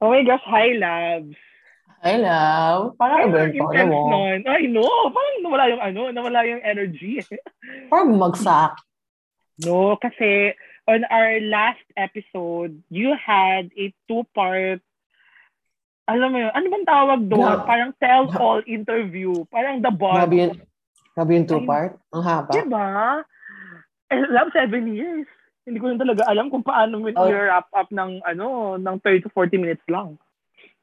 Oh my gosh, hi, loves. I love. Parang burn pa ako, mo. nun. I know. Parang nawala yung ano, nawala yung energy. Parang magsak. No, kasi on our last episode, you had a two-part alam mo yun, ano bang tawag doon? Yeah. Parang tell-all interview. Parang the bar. Grabe yun. Grabe yung two-part. Ang haba. Diba? Eh, love seven years. Hindi ko rin talaga alam kung paano mo Oh. i-wrap up ng ano, ng 30 to 40 minutes lang.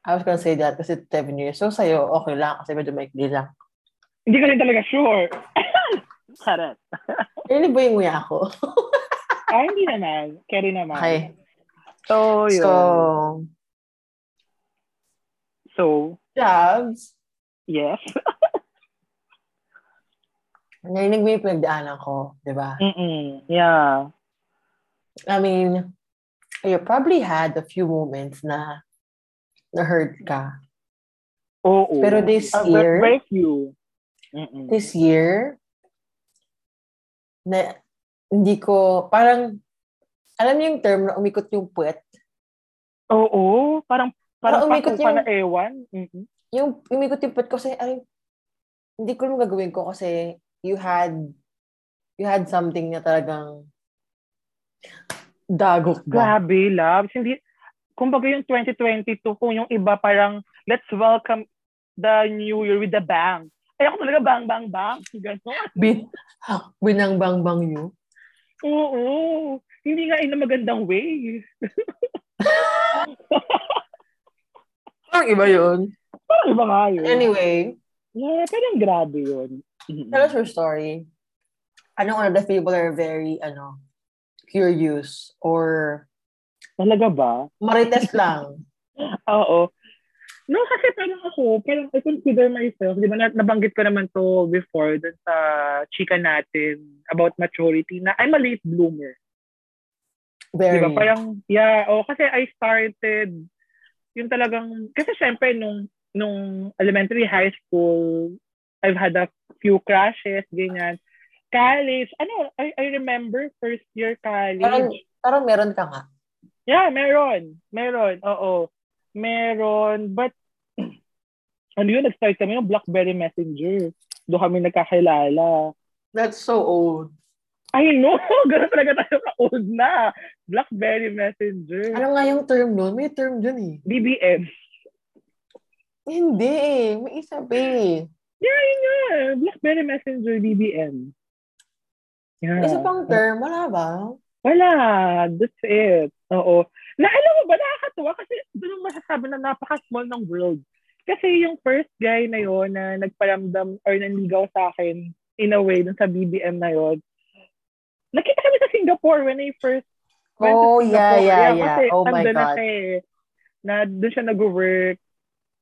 I was gonna say that kasi 7 years. So sa'yo, okay lang kasi medyo maikli lang. Hindi ko rin talaga sure. Charot. Really ba yung nguya ako? Ay, Ah, hindi naman. Carry naman. Okay. So, Oh, yun. So, So, jobs. yes. Narinig mo yung pinagdaanan ko, di ba? Mm-mm. Yeah. I mean, you probably had a few moments na na-hurt ka. Oo. Pero this Ah, very, year, very few. Mm-mm. this year, na hindi ko, parang, alam niyo yung term na umikot yung puwet? Oo. Parang, parang Parang umikot pasok pa yung- na ewan. Mm-mm. Yung umikot yung puwet ko kasi, ay, hindi ko alam gagawin ko kasi you had, you had something na talagang dagok ka. Grabe, loves. Hindi, kumbaga yung 2022, kung yung iba parang, let's welcome the new year with the bang. Ay, ako talaga bang, bang, bang. Ganon. Bin, binangbang-bang yun. Oo. Hindi nga in a magandang way. Parang iba yun. Parang iba nga yun. Anyway, Yeah, parang grabe yun. Tell us your story. Ano one of the people are very, ano, curious or Talaga ba? marites lang. Oo. No, kasi parang ako, parang I consider myself, di ba, na- nabanggit ko naman to before dun sa chika natin about maturity na I'm a late bloomer. Di Very. Mm. ba? Parang, yeah, oh, kasi I started, yung talagang, kasi syempre nung, nung elementary, high school, I've had a few crushes, ganyan. College, ano, I, I remember first year college. Parang, parang meron ka nga. Yeah, meron. Meron, oo. Meron, but ano yun, nag-start kami yung Blackberry Messenger. Doon kami nagkakilala. That's so old. I know, gano'n talaga tayo ka-old na. Blackberry Messenger. Ano nga yung term nun? May term dun eh. BBM. Hindi eh. May isa pa eh. Yeah, yun yun. Blackberry Messenger, BBM. Yeah. Isa pang term. Wala ba? Wala. That's it. Oo. Na alam mo ba, nakakatuwa kasi doon yung masasabi na napaka-small ng world. Kasi yung first guy na yon na nagparamdam or nanligaw sa akin in a way dun sa BBM na yon nakita kami sa Singapore when I first went to Oh, Singapore. yeah, yeah, yeah. Kasi Oh my andun na God. siya eh, na doon siya nag-work.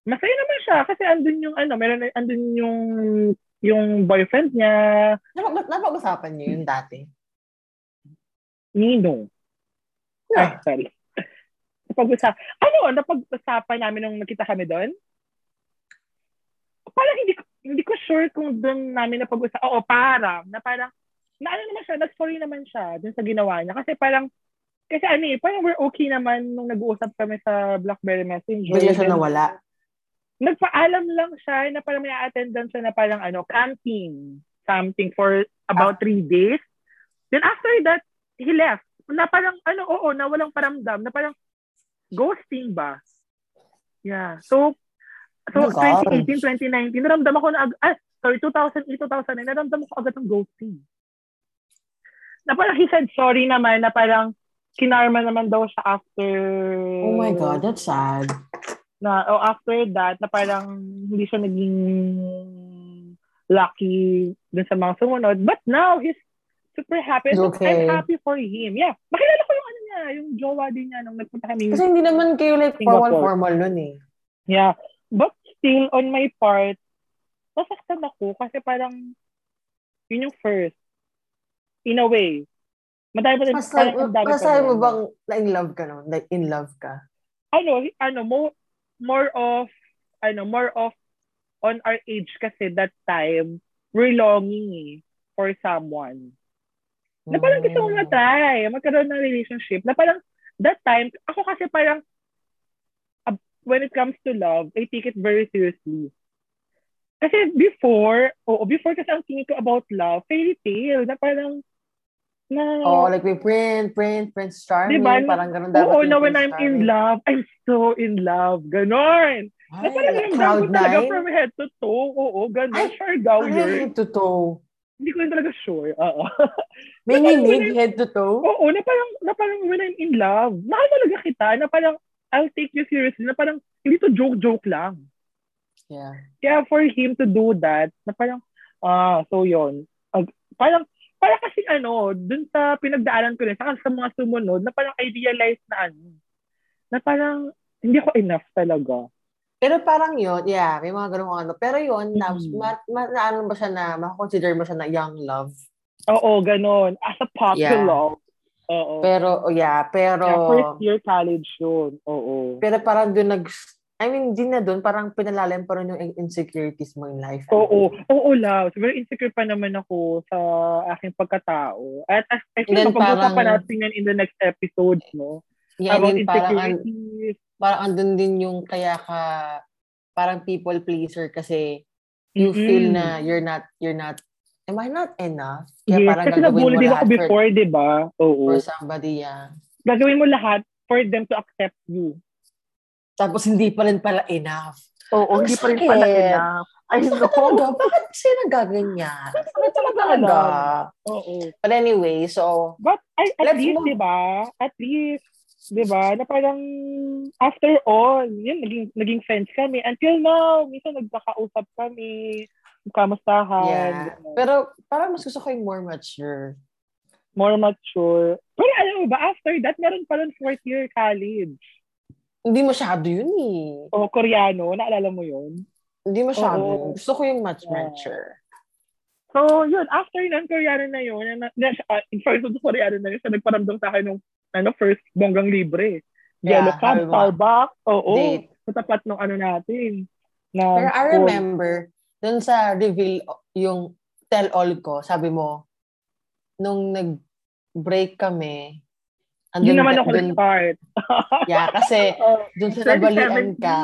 Masaya naman siya kasi andun yung ano, meron na- andun yung yung boyfriend niya, Napag- napag-usapan niyo yun dati? Nino. Ay, Yeah. sorry. Napag-usap. Ano, napag-usapan namin nung nakita kami doon? Parang hindi ko, hindi ko sure kung doon namin napag-usap. Oo, parang, na parang, na ano naman siya, nag-sorry naman siya doon sa ginawa niya. Kasi parang, kasi ano eh, parang we're okay naman nung nag-uusap kami sa Blackberry Messenger. Bigla siya Then, nawala. Nagpaalam lang siya na parang may attendance siya na parang ano, camping. Something for Ah. about three days. Then after that, he left. Na parang, ano, oo, na walang paramdam. Na parang, ghosting ba? Yeah. So, so Oh my God. 2018, 2019, naramdaman ko na, ag- ah, sorry, 2008, 2009, naramdaman ko agad ng ghosting. Na parang he said sorry naman, na parang, kinarma naman daw siya after Oh my Mm. God, that's sad. na oh, after that na parang hindi siya naging lucky dun sa mga sumunod but now he's super happy He's So, okay. I'm happy for him yeah makilala ko yung ano niya yung jowa din niya nung nagpunta kami Kasi hindi naman kayo like Singapore. formal-formal nun eh. yeah but still on my part nasaktan ako kasi parang yun yung first in a way madami pa rin Masasabi parang ang dami pa masasabi mo rin. bang na-in love ka nun? Like, in love ka? ano, hi- ano, mo, more of, ano, more of, on our age kasi that time, we're longing eh, for someone. Na parang Mm. gusto mo Hmm. matry, magkaroon ng relationship. Na parang, that time, ako kasi parang, ab- when it comes to love, I take it very seriously. Kasi before, oo, before kasi ang tingin ko about love, fairy tale, na parang, na, Oh, like may print, print, Prince Charming. Diba? Parang ganun dapat. oo, yung na when I'm Prince in Charming. love, I'm so in love. Ganon. Ay, Na parang like ramdam ko Cloud talaga Nine. from head to toe. Oo, ganon. Ay, Sure daw Ay, yun. head to toe. Hindi ko rin talaga sure. Oo. May Diba, yun ninig head to toe? oo, na parang, na parang when I'm in love, mahal talaga kita, na parang, I'll take you seriously, na parang, hindi to joke-joke lang. Yeah. Kaya for him to do that, na parang, ah, so yon Ag- parang, parang kasi ano, dun sa pinagdaanan ko rin, saka sa mga sumunod, na parang I realize na ano, na parang, hindi ko enough talaga. Pero parang yun, yeah, may mga ganung ano. Pero yun, Mm. tapos, ma, ma, naano ba siya na, makakonsider mo siya na young love? Oo, ganon. As a pop to Yeah. love. Oo. Pero, oh yeah, pero, Yeah, first year college yun. Oo. pero parang doon nag, I mean, di na doon, parang pinalalim pa rin yung in- insecurities mo in life. Oo, oo lang. So, very insecure pa naman ako sa aking pagkatao. At as, I think Then mapag-usapan parang- natin yan in the next episode, no? Yeah, About din parang, an, insecurities. parang andun din yung kaya ka, parang people pleaser kasi you Mm-mm. feel na you're not, you're not, am I not enough? Yes, kasi gagawin nabully mo din ako lahat for- before, di ba? for Oo. somebody, yeah. Gagawin mo lahat for them to accept you. Tapos hindi pa rin pala enough. Oo, Ang hindi pa rin sakit. pala enough. I Ano talaga? Bakit kasi nagaganyan? Ano talaga? talaga? Oo. But anyway, so, But I, at Let's least, move- di ba? At least, di ba? Na parang, after all, yun, naging, naging friends kami. Until now, minsan nagkakausap kami, kamustahan, yeah. Pero parang mas gusto ko yung more mature. more mature. Pero alam mo ba, after that, meron pa rin fourth year college. Hindi masyado yun eh. O Koreano, naalala mo yun? Hindi masyado Oo. yun. Gusto ko yung much Yeah. mature. So, yun, after nun, Koreano na yun. Na, na, uh, in fairness, doon Koreano na yun. Siya nagparamdam sa akin nung ano, first bonggang libre. Yeah, Yellow sabi cab, mo. Starbucks, oo. Date. Sa tapat nung ano natin. Na, Pero I school. remember, dun sa reveal, yung tell all ko, sabi mo, nung nag-break kami, Hindi andun- naman ako dun- nag-start. Yeah, kasi Oh, dun 2017. sa nabalian ka,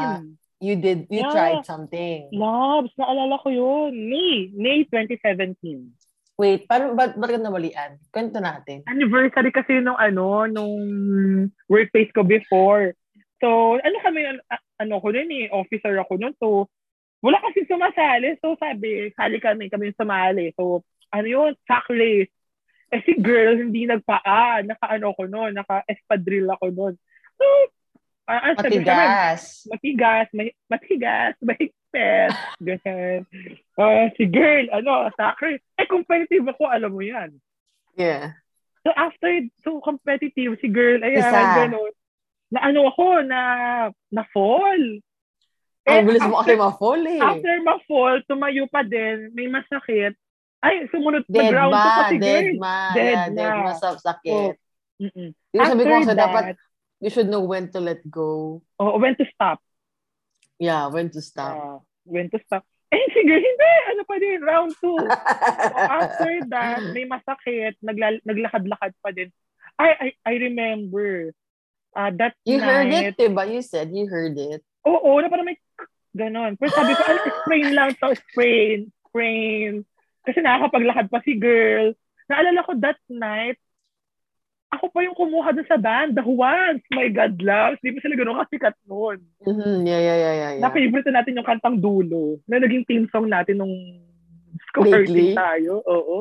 you did, you Yeah. tried something. Labs, naalala ko yun. May, May 2017. Wait, paano, ba't, ba't ka nawalian? Kwento natin. anniversary kasi nung ano, nung workplace ko before. So, ano kami, a- ano ko rin eh, officer ako nun. So, wala kasi sumasali. So, sabi, sali kami, kami yung sumali. So, ano yun, sack race. Eh, si girl, hindi nagpaa. Naka-ano ko nun, naka-espadrille ako nun. So, uh, ang sabi sa amin, Matigas. matigas, may, matigas, mahigpit, ganyan. Ah, si girl, ano, soccer. Eh, competitive ako, alam mo yan. Yeah. So after, so competitive si girl, ayan, Isa. ganun. Na ano ako, na, na fall. Ang bilis mo Eh, after, kasi ma-fall eh. after ma-fall, tumayo pa din, may masakit. Ay, sumunod, Dead nag-round ko pa ma, si dead girl. ma, Dead yeah, dead ma. ma sa sakit. Mm-mm. Yung sabi ko kasi After dapat, that, you should know when to let go. oh, when to stop. Yeah, when to stop. Ah, when to stop. Eh, sige, hindi, ano pa din, round two. So after that, may masakit, nagla- naglakad-lakad pa din. I I, I remember ah, that you heard night. it, diba? You said you heard it. Oo, na parang may ganon. Pero sabi ko, ano, sprain lang to, sprain, sprain. Kasi nakakapaglakad pa si girl. Naalala ko that night, ako pa yung kumuha dun sa band, The Juans. My God, loves. Di ba sila ganun kasikat noon? Mhm, yeah, yeah, yeah, yeah. yeah. Na-favorite na natin yung kantang dulo na naging theme song natin nung Lately? skirting tayo. Oo.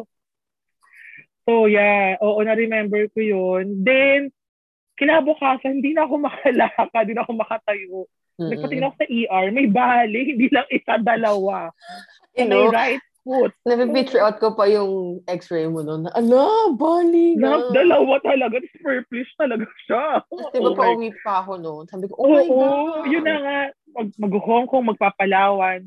So, yeah. Oo, na-remember ko yun. Then, kinabukasan, hindi na ako makalaka, hindi na ako makatayo. Mhm. Nagpatingin ako sa ER, may bali, hindi lang isa, dalawa. Sa You may know, right foot. napipicture out ko pa yung x-ray mo noon. Ala, bali Na, na. dalawa talaga, purplish talaga siya. Tapos Oh diba pa my- uwi pa ako noon? Sabi ko, oh Oo, my God. yun na nga. Mag- Mag-Hong Kong, magpapalawan.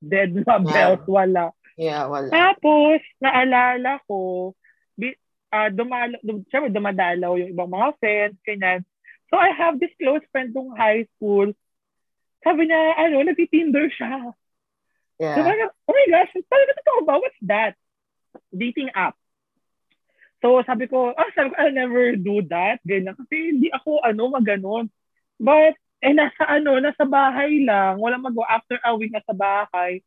Dead na belt, wala. Yeah, Diba? wala. Tapos, naalala ko, bi, ah, dumalo, dum, syempre, dumadalaw yung ibang mga friends, ganyan. So, I have this close friend nung high school. Sabi niya, ano, nagtitinder siya. So, Yeah. parang, oh my gosh, talaga totoo ba? What's that? Dating app. So, sabi ko, ah, sabi ko, I'll never do that. Ganyan. Kasi hindi ako, ano, maganon. But, Eh, nasa ano, nasa bahay lang. Walang magawa. After a week, nasa bahay.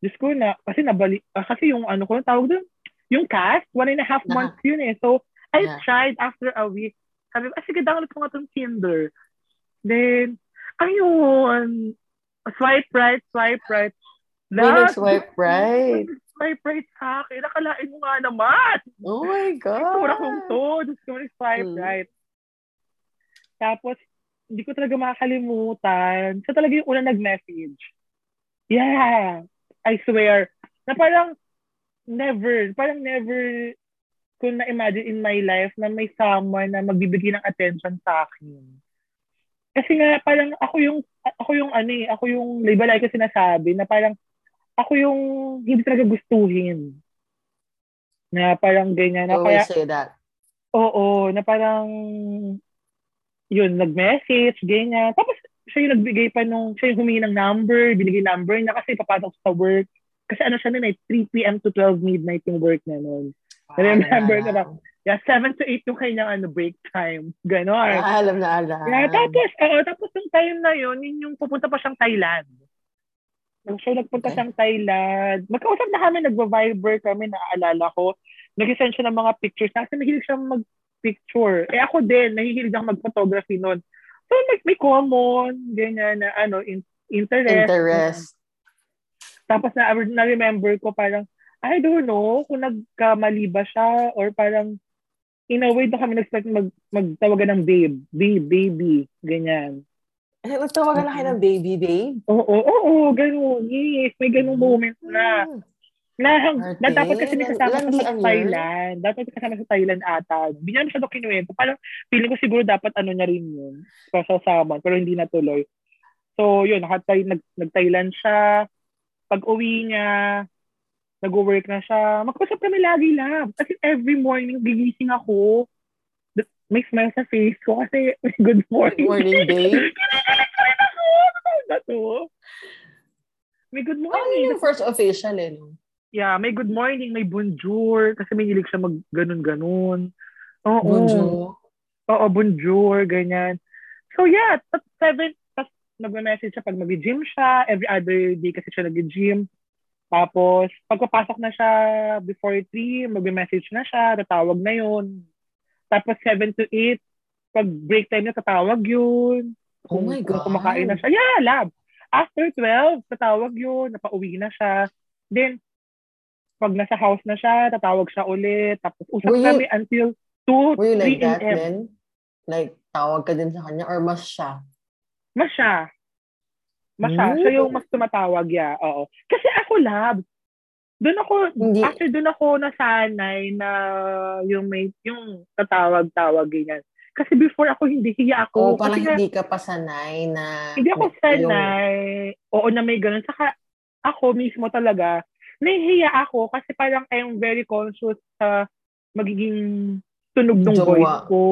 Diyos ko na, kasi nabalik, ah, kasi yung ano ko, tawag doon, yung cast, one and a half Aha. months yun eh. So, I Yeah. tried after a week. Sabi, ah, sige, download ko nga tong Tinder. Then, ayun, swipe right, swipe right. May Lahat- nag-swipe right. Swipe right sa akin. Nakalain mo nga naman. Oh my God. Tura kong to. Diyos ko, nag-swipe Mm. right. Tapos, hindi ko talaga makakalimutan. Siya talaga yung una nag-message. Yeah. I swear. Na parang, never, parang never ko na-imagine in my life na may someone na magbibigay ng attention sa akin. Kasi nga, parang ako yung, ako yung ano eh, ako yung label ay ko sinasabi na parang, ako yung hindi talaga gustuhin. Na parang ganyan. I Na kaya, always say that. Oo, na parang yun, nag-message, ganyan. Tapos siya yung nagbigay pa nung, siya yung humingi ng number, binigay number niya kasi papatok sa work. Kasi ano siya nun eh, 3 p.m. to 12 midnight yung work na nun. Remember, diba? Yeah, 7 to 8 yung kanyang ano, break time. Ganon. Ah, alam na alam. Yeah, tapos, oo, tapos yung time na yun, yun yung pupunta pa siyang Thailand. Nung siya nagpunta Okay. siyang Thailand, magkausap na kami, nagva-viber kami, naaalala ko. Nag-send siya ng mga pictures. Kasi mahilig siya mag-picture. Eh ako din, nahihilig ako mag-photography noon. So, may, may common, ganyan na, ano, in- interest. Interest. Tapos na, na-remember ko parang, I don't know kung nagkamali ba siya or parang in a way na kami nag-start mag, magtawagan ng babe, babe, baby, ganyan. Eh, Nagtawagan na kayo ng baby, babe. Oo, oo, oo, ganun. Yes, may ganung moment na. Hmm. Na, Arte. na dapat kasi may kasama Landian siya sa yun. Thailand. Dapat may kasama sa Thailand ata. Hindi niya masyado kinuwento. Parang feeling ko siguro dapat ano niya rin yun. Pasasama. Pero hindi natuloy. So, yun. Nakatay, nag, nag-Thailand siya. Pag uwi niya, nag-work na siya. Magkusap kami lagi lang. Kasi every morning, gigising ako. May smile sa face ko kasi good Good morning. morning, babe. Kinikilig ako. Ano na to? May good Ano morning. yung first official eh? no? Yeah, may good morning, may bonjour. Kasi may nilig siya mag ganun-ganun. Oo. Bonjour. Oo, bonjour, ganyan. So yeah, at seven, tapos nagme-message siya pag mag-gym siya. Every other day kasi siya nag-gym. Tapos, pagpapasok na siya before 3, magme-message na siya, tatawag na yun. Tapos 7 to 8, pag break time na, tatawag yun. Oh Kung- my God. Kung kumakain na siya. Yeah, lab. After 12, tatawag yun, napauwi na siya. Then, pag nasa house na siya, tatawag siya ulit. Tapos, usap Were you- kami until 2, Were you 3 like that a.m. then? Like, tawag ka din sa kanya or mas siya? Mas siya. Mas siya. Mm. Siya yung mas tumatawag, yeah. Oo. Kasi ako, lab. Doon ako, Hindi. after doon ako nasanay na yung may, yung tatawag-tawag, ganyan. Kasi before ako, hindi hiya O ako. parang Kasi nga, hindi ka pa sanay na... hindi ako yung- sanay. Oo na may ganun. Saka ako mismo talaga, nahihiya ako kasi parang I'm very conscious sa magiging tunog ng Jowa. voice ko.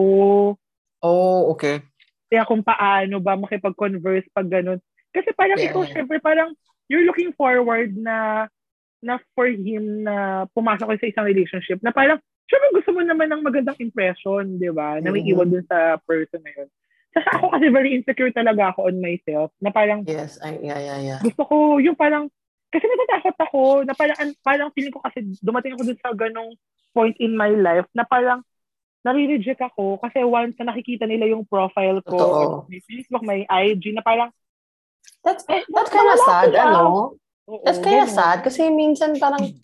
Oh, okay. Kaya kung paano ba makipag-converse pag ganun. Kasi parang Yeah, ikaw, yeah. syempre, parang you're looking forward na na for him na pumasok kayo sa isang relationship na parang, syempre gusto mo naman ng magandang impression, di ba? Na may Mhm. iwan dun sa person na yun. Saka ako kasi very insecure talaga ako on myself na parang Yes, I, yeah, yeah, yeah. gusto ko yung parang kasi natatakot ako na parang an- parang feeling ko kasi dumating ako dun sa ganong point in my life na parang nare-reject ako kasi once na nakikita nila yung profile ko Totoo. or may Facebook, may IG na parang That's, eh, that's kind of wala sad, sila. ano? Oo, That's kind of ganun. sad kasi minsan parang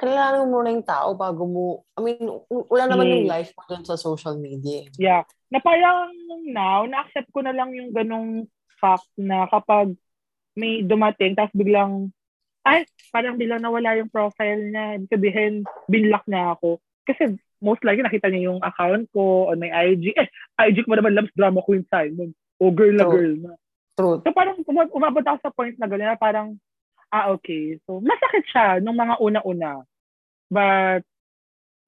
kailangan mo muna yung tao bago mo, I mean, w- wala naman yung Yes. life mo dun sa social media. eh. Yeah. Na parang now, na-accept ko na lang yung ganong fact na kapag may dumating, tapos biglang, ay, parang biglang nawala yung profile niya. Ibig sabihin, binlock na ako. Kasi most likely nakita niya yung account ko on my IG. Eh, IG ko pa naman Lams Drama Queen Simon. O girl na True. girl na. True. So parang uma- umabot ako sa point na gano'n na parang, ah okay. So masakit siya nung mga una-una. But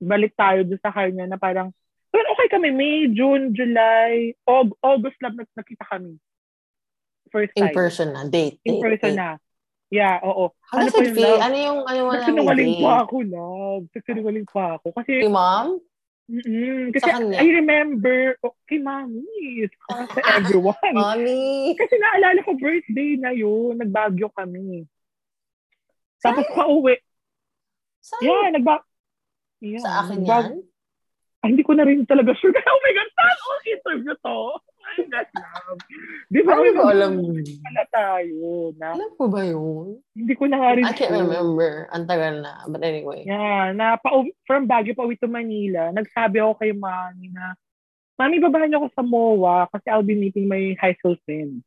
balik tayo doon sa kanya na parang, well, okay kami, May, June, July, Aug- August lang nag- nakita kami. First In time. person na, date. In date, person date. na. Yeah, oo. How Ano pa does it yung feel? love? Ano yung, ano yung, ano yung Nagsinungaling date? pa ako, love. Nagsinungaling pa ako. Kasi Yung mom? Mm-mm. Kasi Sa kanya. I remember, okay, mommy, it's not for everyone. Mommy! Kasi naalala ko, birthday na yun, nagbagyo kami. Tapos Saan? pauwi. Saan? Yeah, nagba... Yeah, Sa akin nagbag- yan? Ay, hindi ko na rin talaga sure. oh my God, saan all interview to? Oh My God, love. Di ba? Parang hindi ko Ano alam. Pala tayo na. Alam ko ba yun? Hindi ko na nga rin I can't sure. remember. Ang tagal na. But anyway. Yeah, na pa from Baguio pa uwi to Manila, nagsabi ako kay Mami na, Mami, babahan niyo ako sa MOA kasi I'll be meeting my high school friend.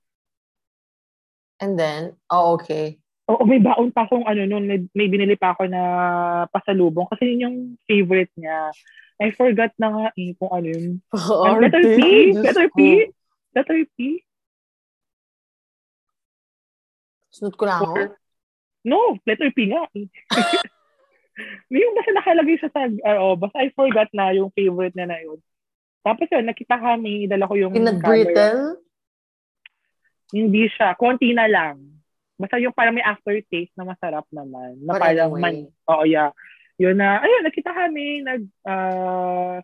And then, oh, okay. Oo, may baon pa akong ano noon, may, may binili pa ako na pasalubong kasi yun yung favorite niya. I forgot na nga eh, kung ano yun. Oh, letter P? Diyos Letter ko. P? Letter P? Sunod ko lang ako. Or- No, letter P nga. eh. May yung basta nakalagay sa tag, ah, oh, basta I forgot na yung favorite na na yun. Tapos yun, nakita kami, dala ko yung camera. Pinag-brittle? Hindi siya, konti na lang. Basta yung parang may aftertaste na masarap naman. Na But parang man, anyway. oo, yeah. Yun na, ayun, nakita kami, nag, ah,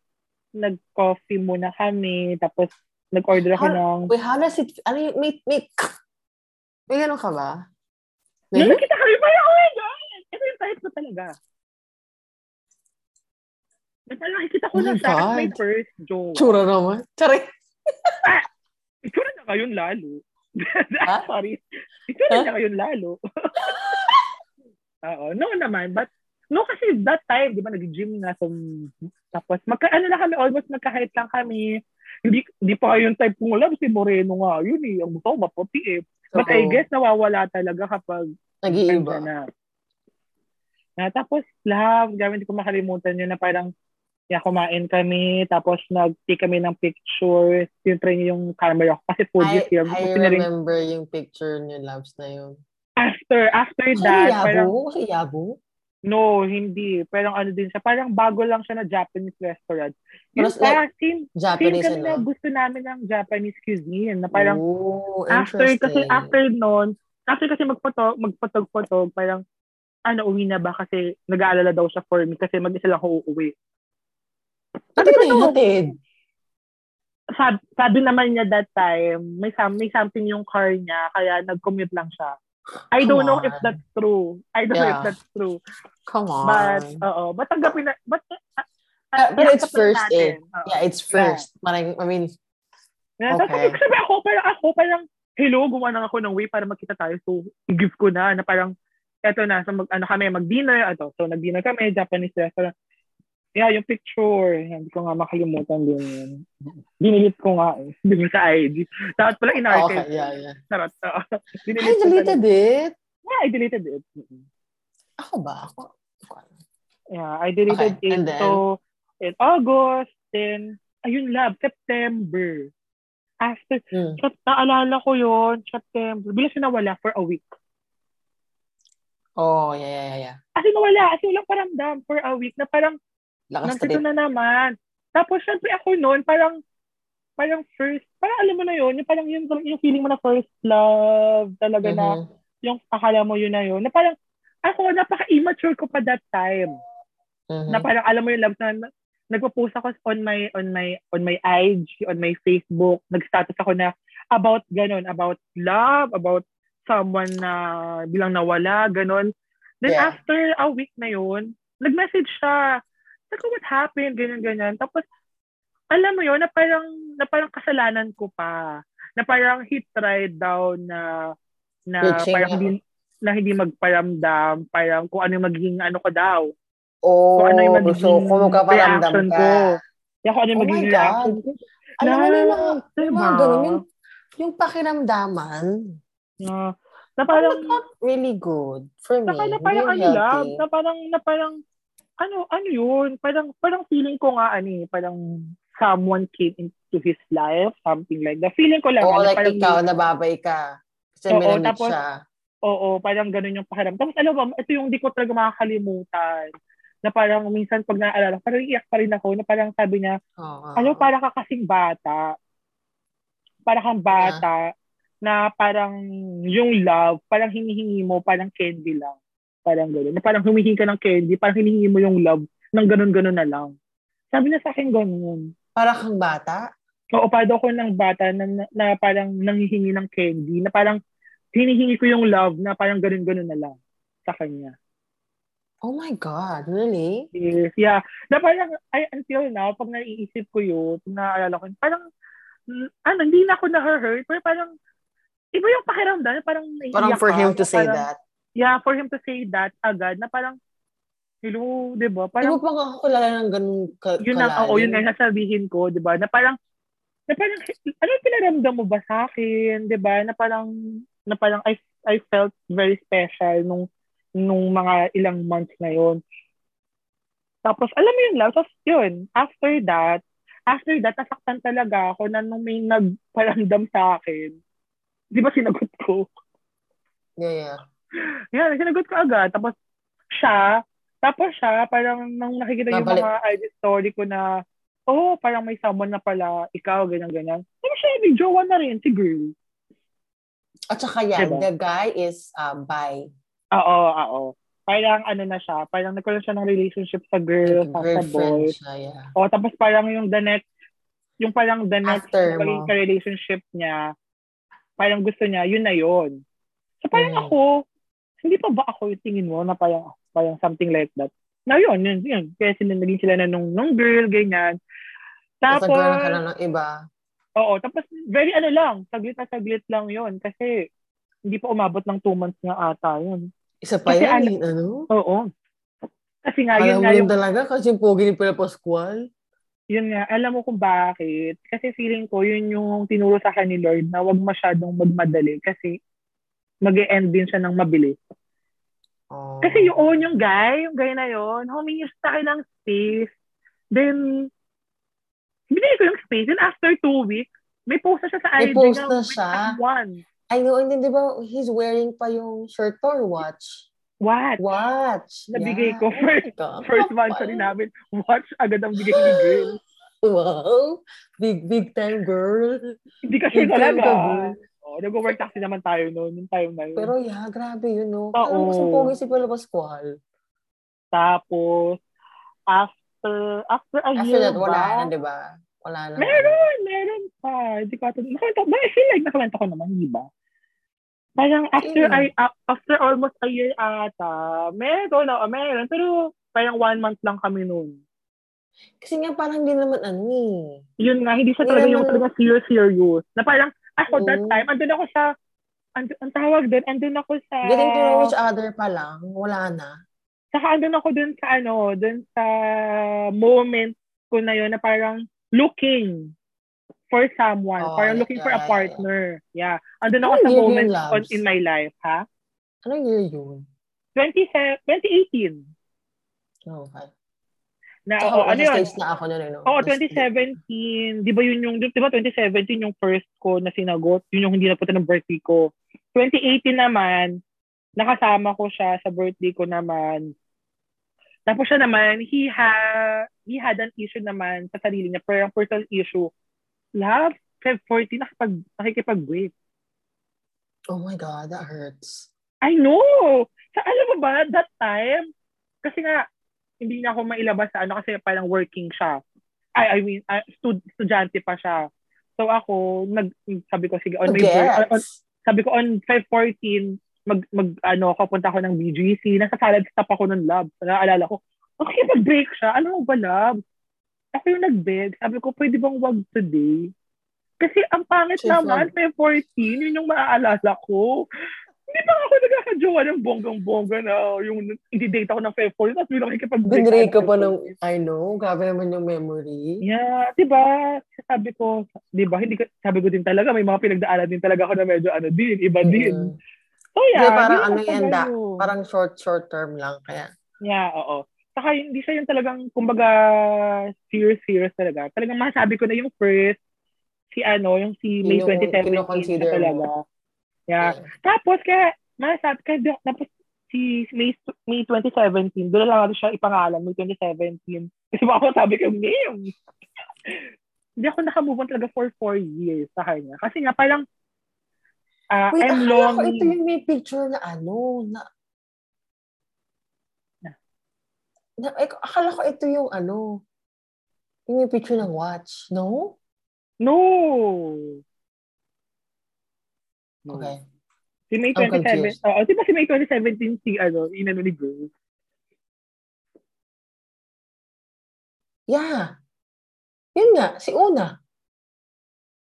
nag-coffee muna kami, tapos nag-order ako Har- ng, Wait, how does it, ano yung, may, may, may ganun ka ba? Nung May, nakita kami, parang, oh my God! Ito yung type ko talaga. Na parang nakikita ko Oh na my siya at God. may first joke. tsura naman. Tsari. Itsura na ngayon lalo. Ha? Sorry. Itsura Ha? na ngayon lalo. Oo. No naman. But, no kasi that time, di ba, nag-gym na. So, tapos, magka, ano na kami, almost magka-height lang kami. Hindi, hindi pa kayo yung type kong alam. Si Moreno nga, yun eh. Ang gusto ko, maputi eh. But I Oo. guess nawawala talaga kapag Iba. Nag-iiba. Na. na. Tapos, love, gamit ko makalimutan yun na parang, yeah, kumain kami, tapos nag-take kami ng pictures, tinry niya yung camera ko kasi I, Fuji film. I Kasi na rin- remember yung picture niyo, loves na yun. After, after Kasi that, parang, yabo? Kasi yabo? no, hindi. Parang ano din siya, parang bago lang siya na Japanese restaurant. Yung Tapos, like, parang same, same Japanese kami na ano? gusto namin ng Japanese cuisine, na parang, Ooh, after kasi interesting. after noon, after kasi magpoto magpatog-potog, parang ano, uwi na ba kasi nag-aalala daw siya for me kasi mag-isa lang ako uuwi. Ano na yung hatid? Sabi, sabi naman niya that time, may, some, may something yung car niya, kaya nag-commute lang siya. I don't Come know if on. that's true. I don't know if Yeah. that's true. Come on. But, oo, but tanggapin na, but, Ah, but it's first eh. yeah, it's first. Maraming, I mean, Yeah, Tapos Okay. sabi, sabi ako, parang ako, parang, hello, gumawa na ako ng way para magkita tayo. So, give ko na, na parang, eto na, so mag, ano kami, mag-dinner, ato. So, nag-dinner kami, Japanese restaurant. Yeah, yung picture, hindi ko nga makalimutan din yun. Dinilit ko nga eh, dun sa IG. Dapat pala okay, in-archive. yeah, yeah. Sarap. oo. Dinilit Ay, ko deleted it? talaga. Yeah, I deleted it. Mm-mm. Ako ba? Ako? ako ano. Yeah, I deleted Okay, it. and then? So, in August, then, ayun lab, September. After Mm. Sep naalala ko yun, September. Bilang siya nawala for a week. Oh, yeah, yeah, yeah, yeah. As in, nawala. As in, walang paramdam for a week na parang, Lakas nandito trip. na naman. Tapos, syempre ako noon, parang, parang first, parang alam mo na yun, yung parang yun, yung feeling mo na first love, talaga na, Mhm. yung akala mo yun na yun, na parang, ako, napaka-immature ko pa that time. Mhm. Na parang, alam mo yung love na, nagpo-post ako on my, on my, on my IG, on my Facebook, nag-status ako na, about ganun, about love, about someone na bilang nawala, ganun. Then Yeah. after a week na yun, nag-message siya. Sabi ko, what happened? Ganyan, ganyan. Tapos, alam mo yun, na parang, na parang kasalanan ko pa. Na parang he tried daw na, na Reaching parang out. hindi, na hindi magparamdam, parang kung ano yung magiging ano ko daw. Oh, kung ano yung magiging so kung magkaparamdam reaction ka. ko. Kaya kung ano yung Oh my magiging God. reaction ko. Alam mo na yung mga, Diba? yung mga ganun, yung, yung pakiramdaman, Yeah. na parang, not really good for me. Saka na Hindi parang ano lang, healthy. na parang, na parang, ano, ano yun? Parang, parang feeling ko nga, ano eh, parang someone came into his life, something like that. Feeling ko lang, Oo, ano, like parang, ikaw, nababay ka. Kasi Oo, minamit tapos- siya. oo, parang ganun yung pakiram. Tapos alam mo, ito yung di ko talaga makakalimutan. Na parang minsan pag naaalala, ko, parang iyak pa rin ako, na parang sabi niya, Oo. ano, para ka kasing bata. Para kang bata na parang yung love, parang hinihingi mo, parang candy lang. Parang gano'n. Na parang humihingi ka ng candy, parang hinihingi mo yung love ng ganun-ganun na lang. Sabi na sa akin ganun. Para kang bata? Oo, pa daw ko ng bata na, na, na parang nanghihingi ng candy, na parang hinihingi ko yung love na parang ganun-ganun na lang sa kanya. Oh my God, really? Yes, yeah. Na parang, ay, until now, pag naiisip ko yun, naaalala ko, parang, mm, ano, hindi na ako na-hurt, pero parang, iba yung pakiramdam, parang naiiyak Parang for ka, him to na say parang- that. Yeah, for him to say that agad, na parang, hello, di ba? Hindi Parang, mo pa nga ako kilala ng ganun ka- yun ang, kalalim. oo, yun ang sasabihin ko, di ba? Na parang, na parang, ano yung pinaramdam mo ba sa akin, di ba? Na parang, na parang, I, I felt very special nung, nung mga ilang months na yun. Tapos, alam mo yun lang, tapos yun, after that, after that, nasaktan talaga ako na nung may nagparamdam sa akin, di ba sinagot ko? Yeah, yeah. Yan, sinagot ko agad. Tapos siya, tapos siya, parang nang nakikita niya yung Nabalik. mga IG story ko na, oh, parang may someone na pala, ikaw, ganyan-ganyan. Pero siya, may jowa na rin, si girl. At saka yan, Diba? the guy is um, bi. Oo, oo. Parang ano na siya, parang nagkaroon siya ng relationship sa girl, sa, Like, sa boy. girlfriend siya, yeah. O, tapos parang yung the next, yung parang the next After naging mo. sa relationship niya, parang gusto niya, yun na yun. So parang Mm. ako, hindi pa ba ako yung tingin mo na parang, parang something like that? Na yun, yun, yun. Kaya sila, naging sila na nung, nung girl, ganyan. Tapos, Tapos, nagkaroon ka na ng iba. oo, tapos very ano lang, saglit na saglit lang yun. Kasi hindi pa umabot ng two months nga ata yun. Isa pa Kasi yan, ano- eh, ano? Oo. Kasi nga, Alam yun mo nga yun yung talaga kasi yung pogi ni Pila Pascual. yun nga, alam mo kung bakit. Kasi feeling ko, yun yung tinuro sa akin ni Lord na wag masyadong magmadali kasi mag end din siya ng mabilis. Oh. Kasi yun yung guy, yung guy na yun, humingi siya sa akin ng space. Then, binigay ko yung space. Then after two weeks, may post na siya sa IG. May post nga, na with siya? someone. I know, and then di ba, he's wearing pa yung shirt or watch? What? Watch! Nabigay ko Oh first- my God. First one sa rin namin, watch agad ang bigay ni girl. Wow! Big, big time girl. Hindi kasi Big talaga. time ka, girl. Oh, nag-work taxi naman tayo noon, yung time na yun. Pero yeah, grabe yun, no? Oo. Alam mo, kasi pogi si Pila Pascual. Tapos, after, after a After year that, wala ba? na, di ba? Wala na. Meron, meron pa. Hindi ko ata, nakwento, ba, I feel like nakwento ko naman, di ba? Parang after, Yeah. I, a- after almost a year ata, meron, oo, meron. Pero, parang one month lang kami noon. Kasi nga, parang hindi naman ano eh. Yun nga, hindi siya Hindi talaga naman- yung talaga serious, serious. Na parang, ako that Oo. time, andun ako sa, and, ang tawag doon, andun ako sa, Getting to know each other pa lang, wala na. Saka andun ako dun sa ano, dun sa moment ko na yun na parang looking for someone, Oh, parang yeah, looking for yeah, a yeah, partner. Yeah. Andun ako Anong sa year yun, moment on, loves? in my life, ha? Anong Ano year yun? 20, 2018. Oh, okay. Na, Tsaka oo, nasa ano yun? stage na ako nun, eh, no? Oo, Nasa- 2017. Di ba yun yung, di ba 2017 yung first ko na sinagot? Yun yung hindi napunta ng birthday ko. 2018 naman, nakasama ko siya sa birthday ko naman. Tapos siya naman, he, ha, he had an issue naman sa sarili niya, pero yung personal issue. Love, Feb 14, nakipag, nakikipag-break. Oh my God, that hurts. I know! Sa, alam mo ba, that time, kasi nga, hindi na ako mailabas sa ano kasi parang working siya. I, I mean, uh, stud- estudyante pa siya. So ako, nag, sabi ko, sige, on my birth- on- Gets. sabi ko, on 5.14, mag, mag, ano, ako, punta ako ng BGC. Nasa salad stop ako ng lab. Naalala ko, okay, pag-break siya. Ano mo ba, lab? Ako yung nag-beg. Sabi ko, pwede bang wag today? Kasi ang pangit Chief naman, 5.14, yun yung maaalala ko. Hindi pa ako nagkakajowa ng bonggang-bongga na yung i-date ako ng 5.14, tapos bilang ikipag-break. Binray ako ka ng pa 5.14. ng, I know, grabe naman yung memory. Yeah, 'di ba? Sabi ko, 'di ba? Hindi ko sabi ko din talaga may mga pinagdaanan din talaga ako na medyo ano din, iba din. Mm. So Hindi, Oh, yeah, parang yun ano ang yan, da. pagano. Parang short, short term lang. Kaya, yeah, oo. Saka yun- hindi siya yung talagang kumbaga serious serious talaga. Talagang masabi ko na yung first si ano, yung si May Yung 2017 na kinoconsider mo. talaga. Yeah. yeah. Tapos kaya masabi kaya di- tapos si May, May 2017, doon na lang ako siya ipangalan, May 2017. Kasi baka sabi ko, May, hindi ako nakamove on talaga for four years sa kanya. Kasi nga, parang, ah, Wait, I'm akala ko ito lonely. yung may picture na ano, na... na, eh, akala ko ito yung ano, Yun yung picture ng watch. No? No! No. Okay. Si May I'm 27, confused. oo, di ba si May 2017 si ano, inano ni Girl? Yeah. Yun nga, si Una.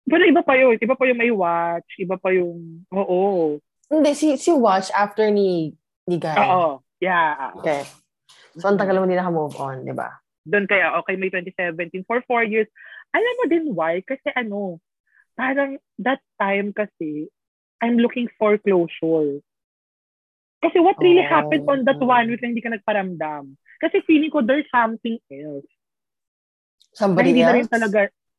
Pero iba pa yun. Iba pa yung may watch. Iba pa yung, oo. Hindi, si, si Watch after ni, ni Guy. Oo. Yeah. Okay. So, ang tagal mo din naka-move on, di ba? Doon kaya, okay, May 2017. For four years. Alam mo din why? Kasi ano, parang that time kasi, I'm looking for closure. Kasi what really Oh. happened on that one week na hindi ka nagparamdam? Kasi feeling ko there's something else. na Somebody hindi else? na rin talaga,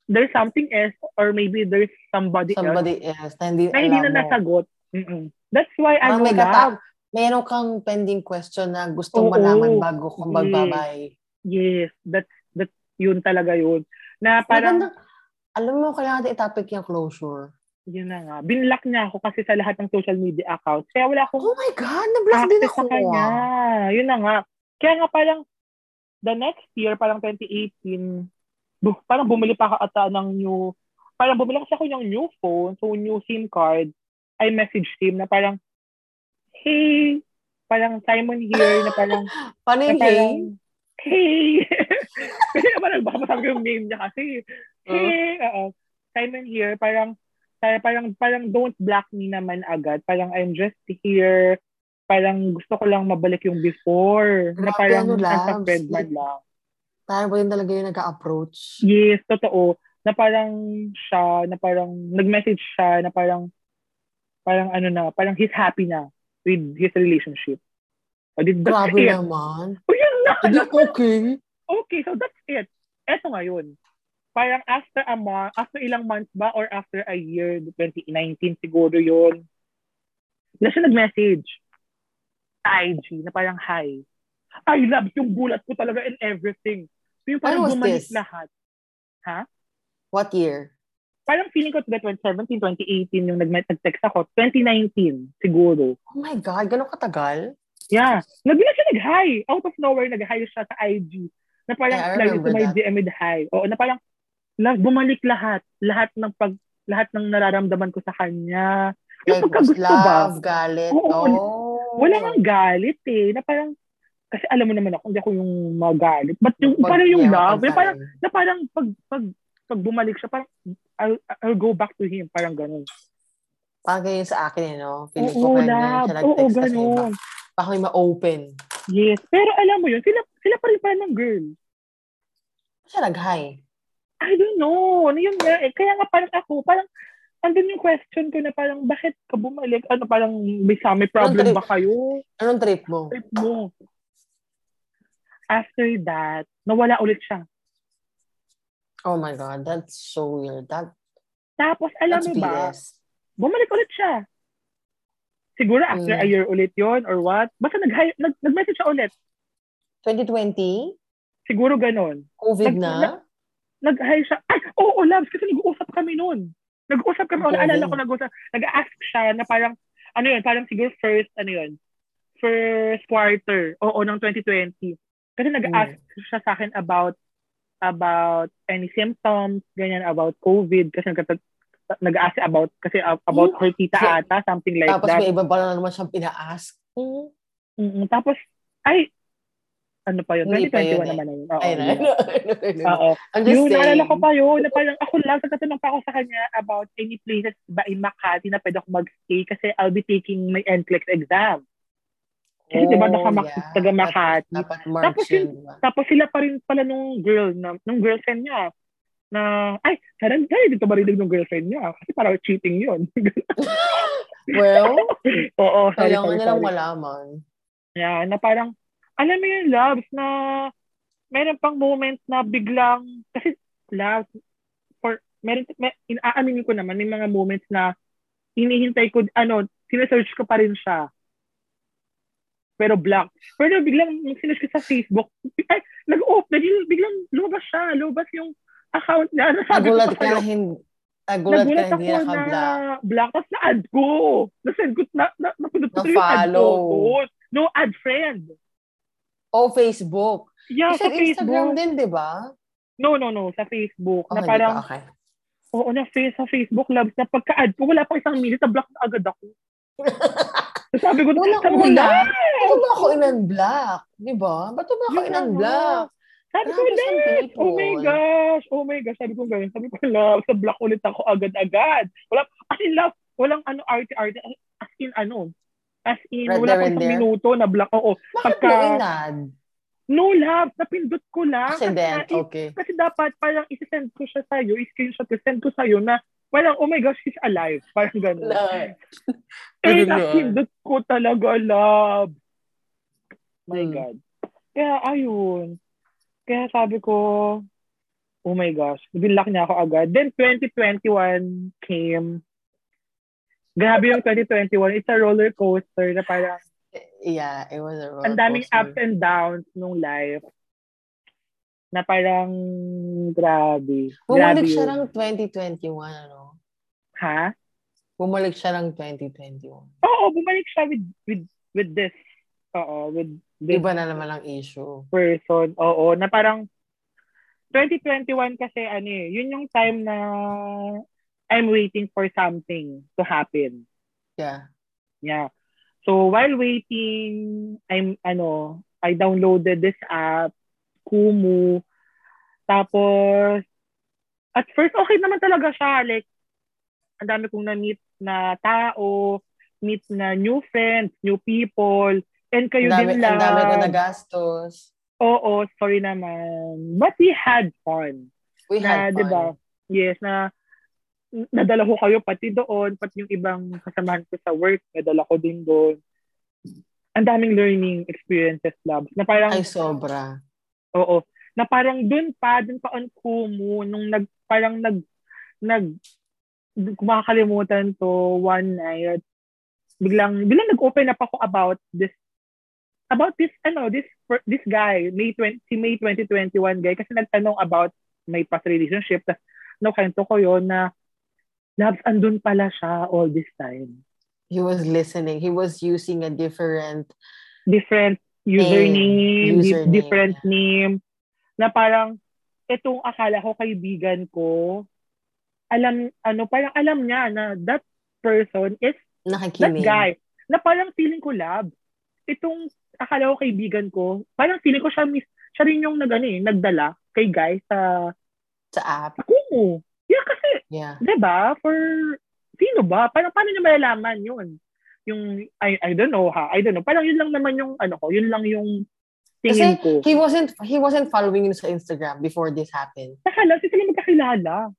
there's something else or maybe there's somebody, else Somebody else. na hindi, na hindi na alam mo. nasagot. Mm-mm. That's why Ah, ano may lang, kata- Meron kang pending question na Oo. gustong malaman bago kung Yes. magbabay. yes, that's, that's yun talaga yun. Na Ah, parang, Maganda. Alam mo, kailangan natin i-topic yung closure. yun na nga, binlock niya ako kasi sa lahat ng social media accounts. Kaya wala akong Oh my God, na-block din access ako. sa kanya. ah. Yun na nga. Kaya nga parang, the next year, parang 2018, bu- parang bumili pa ako ata ng new, parang bumili kasi ako ng new phone, so new SIM card. I message him na parang, hey, parang Simon here, na parang, Paano na yung parang, hey? hey. Kasi parang baka masabi ko yung name niya kasi. Oh. Hey, oo. Simon here, parang, parang, parang, parang don't block me naman agad. Parang I'm just here. Parang gusto ko lang mabalik yung before. na Grabe, parang ano, as a Labs? friend man lang. Tayo ba yun talaga yung nag-approach? Yes, totoo. Na parang siya, na parang nag-message siya, na parang, parang ano na, parang he's happy na with his relationship. O, did that's Grabe it. naman. O, yun na! Hindi okay. Okay, so that's it. Eto ngayon. Parang after a month, after ilang months ba or after a year, 2019 siguro yun. Wala siya nag-message. Sa IG na parang hi. I love yung gulat ko talaga in everything. So yung parang When Ano was bumalik this? lahat. What year? Parang feeling ko 2017, 2018 yung nag- nag-text ako. 2019 siguro. Oh my God, ganun katagal? Yeah. Nabila siya nag-hi. Out of nowhere, nag-hi siya sa IG. Na parang Yeah, I lagi remember sa my that. DM with hi. Oo, na parang la- bumalik lahat. Lahat ng pag lahat ng nararamdaman ko sa kanya. Yung Like, was pagkagusto ba? love, galit. Oo, oh. Wala nang galit eh. Na parang, kasi alam mo naman ako, hindi ako yung magalit. But yung, Pag- parang yung yeah, love, pag- yung parang, na parang pag, pag, pag bumalik siya, parang, I'll, I'll go back to him. Parang ganun. Parang ganyan sa akin, eh, no? Feeling ko Oo, kaya ganyan love. siya Oo, nag-text kasi iba. ganun. Baka may ma-open. Yes. Pero alam mo yun, sila, sila pa rin pala ng girl. Siya nag-hi. I don't know. Ano yun nga eh. Kaya nga parang ako, parang andun yung question ko na parang bakit ka bumalik? Ano parang may, sa- may problem Anong ba kayo? Anong trip mo? Trip mo. After that, nawala ulit siya. Oh my God, that's so weird. That, Tapos alam that's mo ba, BS. bumalik ulit siya. Siguro after Mm. a year ulit yon or what. Basta nag, nag, nag-message siya ulit. 2020? Siguro ganon. COVID Nag- na? nag-hi siya. Ay, oo, loves, kasi nag-uusap kami noon. Nag-uusap kami. Oh, Okay. naalala ko, nag-uusap. Nag-ask siya na parang, ano yun, parang siguro first, ano yun, first quarter, oo, ng 2020. Kasi nag-ask Mm. siya sa akin about, about any symptoms, ganyan, about COVID, kasi nag- nag-ask siya about, kasi ab- about her tita Okay. ata, something like Tapos that. may iba pa na naman siyang pina-ask. Hmm. Mm, tapos, ay, ano pa yun, Hindi 2021 pa yun eh. naman na yun. Oo, Ayun, yun. ayun, ayun, ayun. Oo. I'm just Yung saying. naalala ko pa yun, na parang ako lang, tatanong pa ako sa kanya about any places ba in Makati na pwede ako mag-stay kasi I'll be taking my NCLEX exam. Kasi diba Oh, naka mak- yeah. taga Dapat- Makati. Dapat March Tapos yun, yun- diba? Tapos sila pa rin pala nung girl, na, nung girlfriend niya, na, ay, sarang, sarang dito marinig nung girlfriend niya kasi parang cheating yun. Well, Oo, sorry, kailangan sorry, niya lang sorry. malaman. Yeah, na parang, alam mo yung loves na meron pang moment na biglang, kasi loves, for, meron, may, inaaminin ko naman, may mga moments na hinihintay ko, ano, sinesearch ko pa rin siya. Pero block. Pero biglang, nung sinesearch ko sa Facebook, ay, nag-open, yun, biglang lumabas siya, lumabas yung account niya. Ano sabi ko Nagulat pa ka sa'yo? na hindi, nagulat ka Nagulat na ako hindi na nakablock. black. Tapos na-add ko. Na-send ko, na, na, napindot ko tuloy yung add ko. Na-follow. Oo. No, add friend. Oh, Facebook. Yeah, Kasi sa Instagram Facebook. din, di ba? No, no, no. Sa Facebook. na Okay, diba? parang, di ba? okay. oo, na face, sa Facebook loves na pagka-add ko, wala pang isang minute, na-block na agad ako. So, sabi ko, Wala, sabi ko, wala. "Love!" Ba't ba ako in-unblock? Di ba? Ba't ba ako Yun na in-unblock? Sabi ko, Grabe "Love!" some people. Oh my gosh, oh my gosh. Sabi ko ganyan, sabi ko, love, sa block ulit ako agad-agad. Wala, as in love, walang ano, arte-arte. As in ano, as in, Right wala there pang and isang there. minuto na block. Oo, Bakit Pagka- mo inad? no love, napindot ko lang. Kasi then, Kasi, okay. kasi dapat parang isi-send ko siya sa'yo, i-screenshot ko, send ko sa'yo na parang, oh my gosh, he's alive. Parang ganun. Eh, Ganun yun. napindot ko talaga, love. My Hmm. God. Kaya, ayun. Kaya sabi ko, oh my gosh, binlock niya ako agad. Then, 2021 came. Grabe yung 2021. It's a roller coaster na parang Yeah, it was a roller ang daming ups Ah, coaster. and downs nung life. Na parang grabe. Grabe Bumalik siya yun. ng 2021, ano? Ha? Bumalik siya ng 2021. Oo, bumalik siya with with with this. Oo, with this Iba na naman ang issue. person. Oo, na parang 2021 kasi ano eh, yun yung time na I'm waiting for something to happen. Yeah. Yeah. So while waiting, I'm ano, I downloaded this app, Kumu. Tapos at first okay naman talaga siya, like ang dami kong na-meet na tao, meet na new friends, new people, and kayo Ang dami, din lang. ang dami ko nagastos. Oo, sorry naman. But we had fun. We na, diba? had fun. di ba? Yes, na nadala ko kayo pati doon, pati yung ibang kasamahan ko sa work, nadala ko din doon. Ang daming learning experiences, labs. Na parang, Ay, sobra. oo, na parang doon pa, doon pa on Kumu, nung nag, parang nag, nag, kumakalimutan to one night, biglang, biglang nag-open up ako about this about this ano this per- this guy May 20 si May 2021 guy kasi nagtanong about my past relationship tas nakwento ko yon na labs andun pala siya all this time He was listening. He was using a different... different username, di- username, different name na parang itong akala ko kaibigan ko alam ano parang alam niya na that person is that Nakikinig. guy na parang feeling ko lab itong akala ko kaibigan ko parang feeling ko siya mis siya rin yung nag, ano, eh, nagdala kay guy sa Sa app. Kumu yeah kasi Yeah. 'di ba Diba? for sino ba parang paano niya malalaman yun yung I, I don't know ha I don't know parang yun lang naman yung ano ko yun lang yung tingin Kasi ko he wasn't he wasn't following you sa Instagram before this happened. saka lang sila magkakilala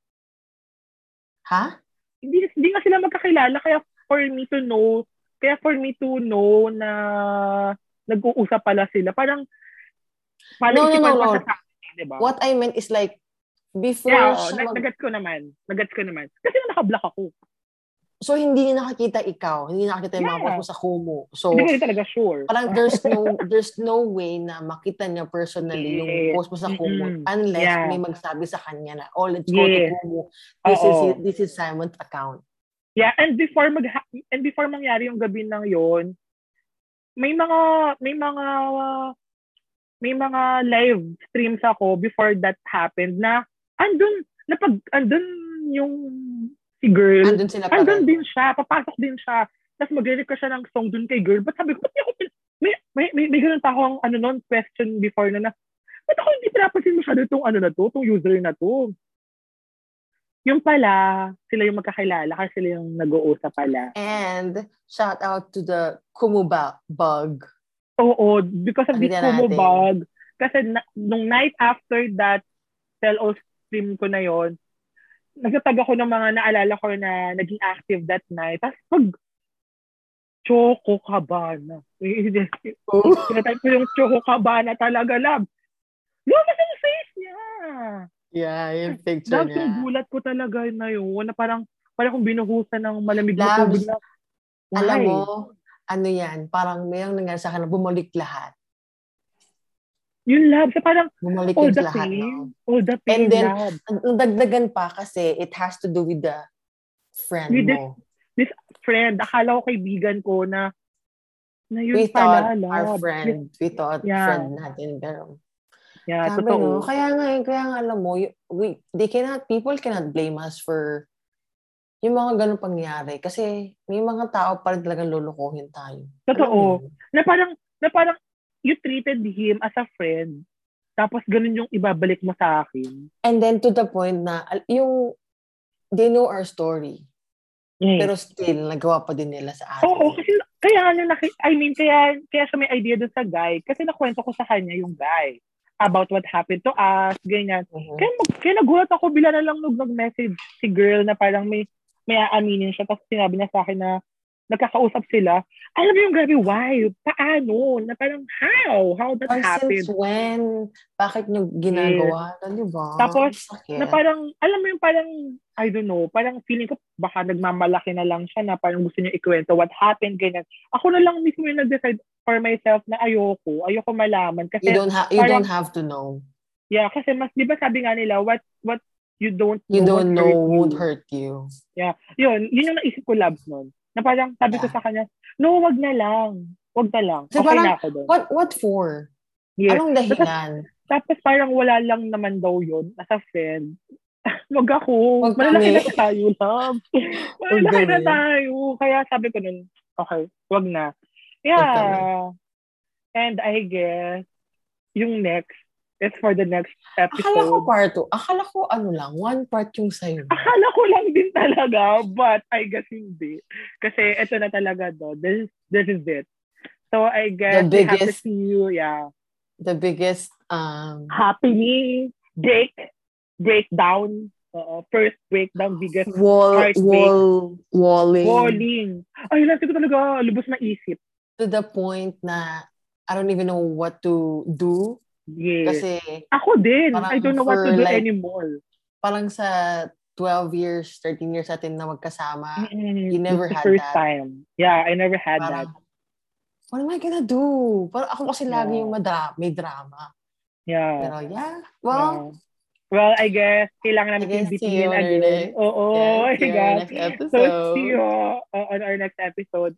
Ha? hindi hindi nga sila magkakilala kaya for me to know kaya for me to know na nag-uusap pala sila parang parang No, no, isipan no, ko no. siya sa akin, 'di ba What I meant is like, before yeah, oh, siya nag- mag- nagets ko naman. Nagets ko naman. Kasi nung nakablock ako. So, hindi niya nakakita ikaw. Hindi niya nakakita yung mga Yeah. post mo sa Kumu. So, Hindi ko rin talaga sure. Oh. parang there's no there's no way na makita niya personally yung Yes. post mo sa Kumu Mm-mm. unless Yeah. may magsabi sa kanya na, oh, let's go to Yes. Kumu. This is Oo. this is Simon's account. Yeah, and before mag and before mangyari yung gabi ng yon, may mga may mga uh, may mga live streams ako before that happened na andun napag andun yung si girl. Andun sila pa Andun rin. din siya, papasok din siya. Tapos mag-request siya ng song dun kay girl. Ba't sabi ko, ba't di ako pin- may, may, may, may ganun pa akong ano nun, question before na na, ba't ako hindi pinapansin masyado itong ano na to, itong user na to? Yung pala, sila yung magkakilala kasi sila yung nag-uusap pala. And shout out to the Kumu ba- bug. Oo, because of this Sabihin na Kumu natin. bug. Kasi na, nung night after that tell-all stream ko na yon nagtatag ako ng mga naalala ko na naging active that night. Tapos pag Choco Cabana. Eh, Tinatag ko yung Choco Cabana talaga, love. Lumabas yung face niya. Yeah, yung picture Love, niya. yung gulat ko talaga na yun. Na parang, parang kung binuhusan ng malamig na Labs, tubig na. Alam Why? mo, ano yan, parang may ang nangyari sa akin na bumalik lahat. Yun, love. Sa parang, Bumalik all Oh, yung the lahat. no? pain. All the pain, And then, love. Ang- ang dagdagan pa kasi it has to do with the friend With the- mo. friend, akala ko kaibigan ko na na yun We pala, thought love. our friend, we thought Yeah. friend natin, pero Yeah, Sabi, totoo. no? Kaya nga, eh, kaya nga alam mo, y- we, they cannot, people cannot blame us for yung mga ganun pangyari. Kasi may mga tao pa rin talagang lulukuhin tayo. Alam Totoo. mo yun? na parang, na parang, you treated him as a friend. Tapos ganun yung ibabalik mo sa akin. And then to the point na, al- yung, they know our story. Yes. Pero still, nagawa pa din nila sa atin. Oo, kasi kaya nga niya naki- I mean, kaya, kaya siya may idea dun sa guy. Kasi nakwento ko sa kanya yung guy about what happened to us, ganyan. Mhm. Kaya, mag, kaya nagulat ako, bila na lang nag- nag-message si girl na parang may, may aaminin siya. Tapos sinabi niya sa akin na nagkakausap sila. Alam mo yung grabe, why? Paano? Na parang, how? How that Or happened? since when? Bakit nyo ginagawa? Ano, di ba? Tapos, Sakit. Na parang, alam mo yung parang, I don't know, parang feeling ko baka nagmamalaki na lang siya na parang gusto niya ikwento what happened, ganyan. Ako na lang mismo yung nag-decide for myself na ayoko, ayoko malaman. you Kasi, don't have you parang- don't have to know. yeah, kasi mas, di ba sabi nga nila, what, what you don't You know won't don't know hurt you. won't hurt you. Yun, yun yung naisip ko labs nun. Na parang sabi ko Yeah. sa kanya, no, wag na lang. Wag na lang. So okay parang, ano? na ako doon. What what for? Yes. Anong dahilan? Tapos parang wala lang naman daw yun as a friend. Wag ako. Wag Malalaki kami. na tayo, love. Malalaki na kami. tayo. Kaya sabi ko nun, okay, wag na. Wag kami. Yeah. And I guess, yung next, is for the next Akala ko episode. part two. Akala ko ano lang, one part yung sa'yo. Akala ko lang din talaga, but I guess hindi. Kasi ito na talaga, do. This, this is it. So I guess The we have to biggest- see you, yeah. The biggest um happening, break, breakdown, Oo, first breakdown, biggest wall Heartbreak. wall walling falling. Ay, lang ko talaga, lubos na isip. to the point na I don't even know what to do Yes. kasi Ako din. Parang I don't know what to for do like- anymore. parang sa 12 years, 13 years natin na magkasama, Mm-mm. you never It's the had first that. time. Yeah, I never had that. parang, what am I gonna do? Parang ako kasi Yeah. lagi yung madra- may drama. Yeah. Pero yeah, well, yeah. Well, I guess, kailangan I namin guess see you bitikin on our again. next- Oo, I yeah, see you on our guess. next So, episode. see you uh, on our next episode.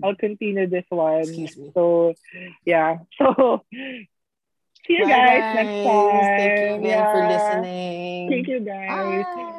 I'll continue this one. Excuse me. So, yeah. So, see you guys, next time. Thank you again for Yeah. listening. Thank you guys. Bye.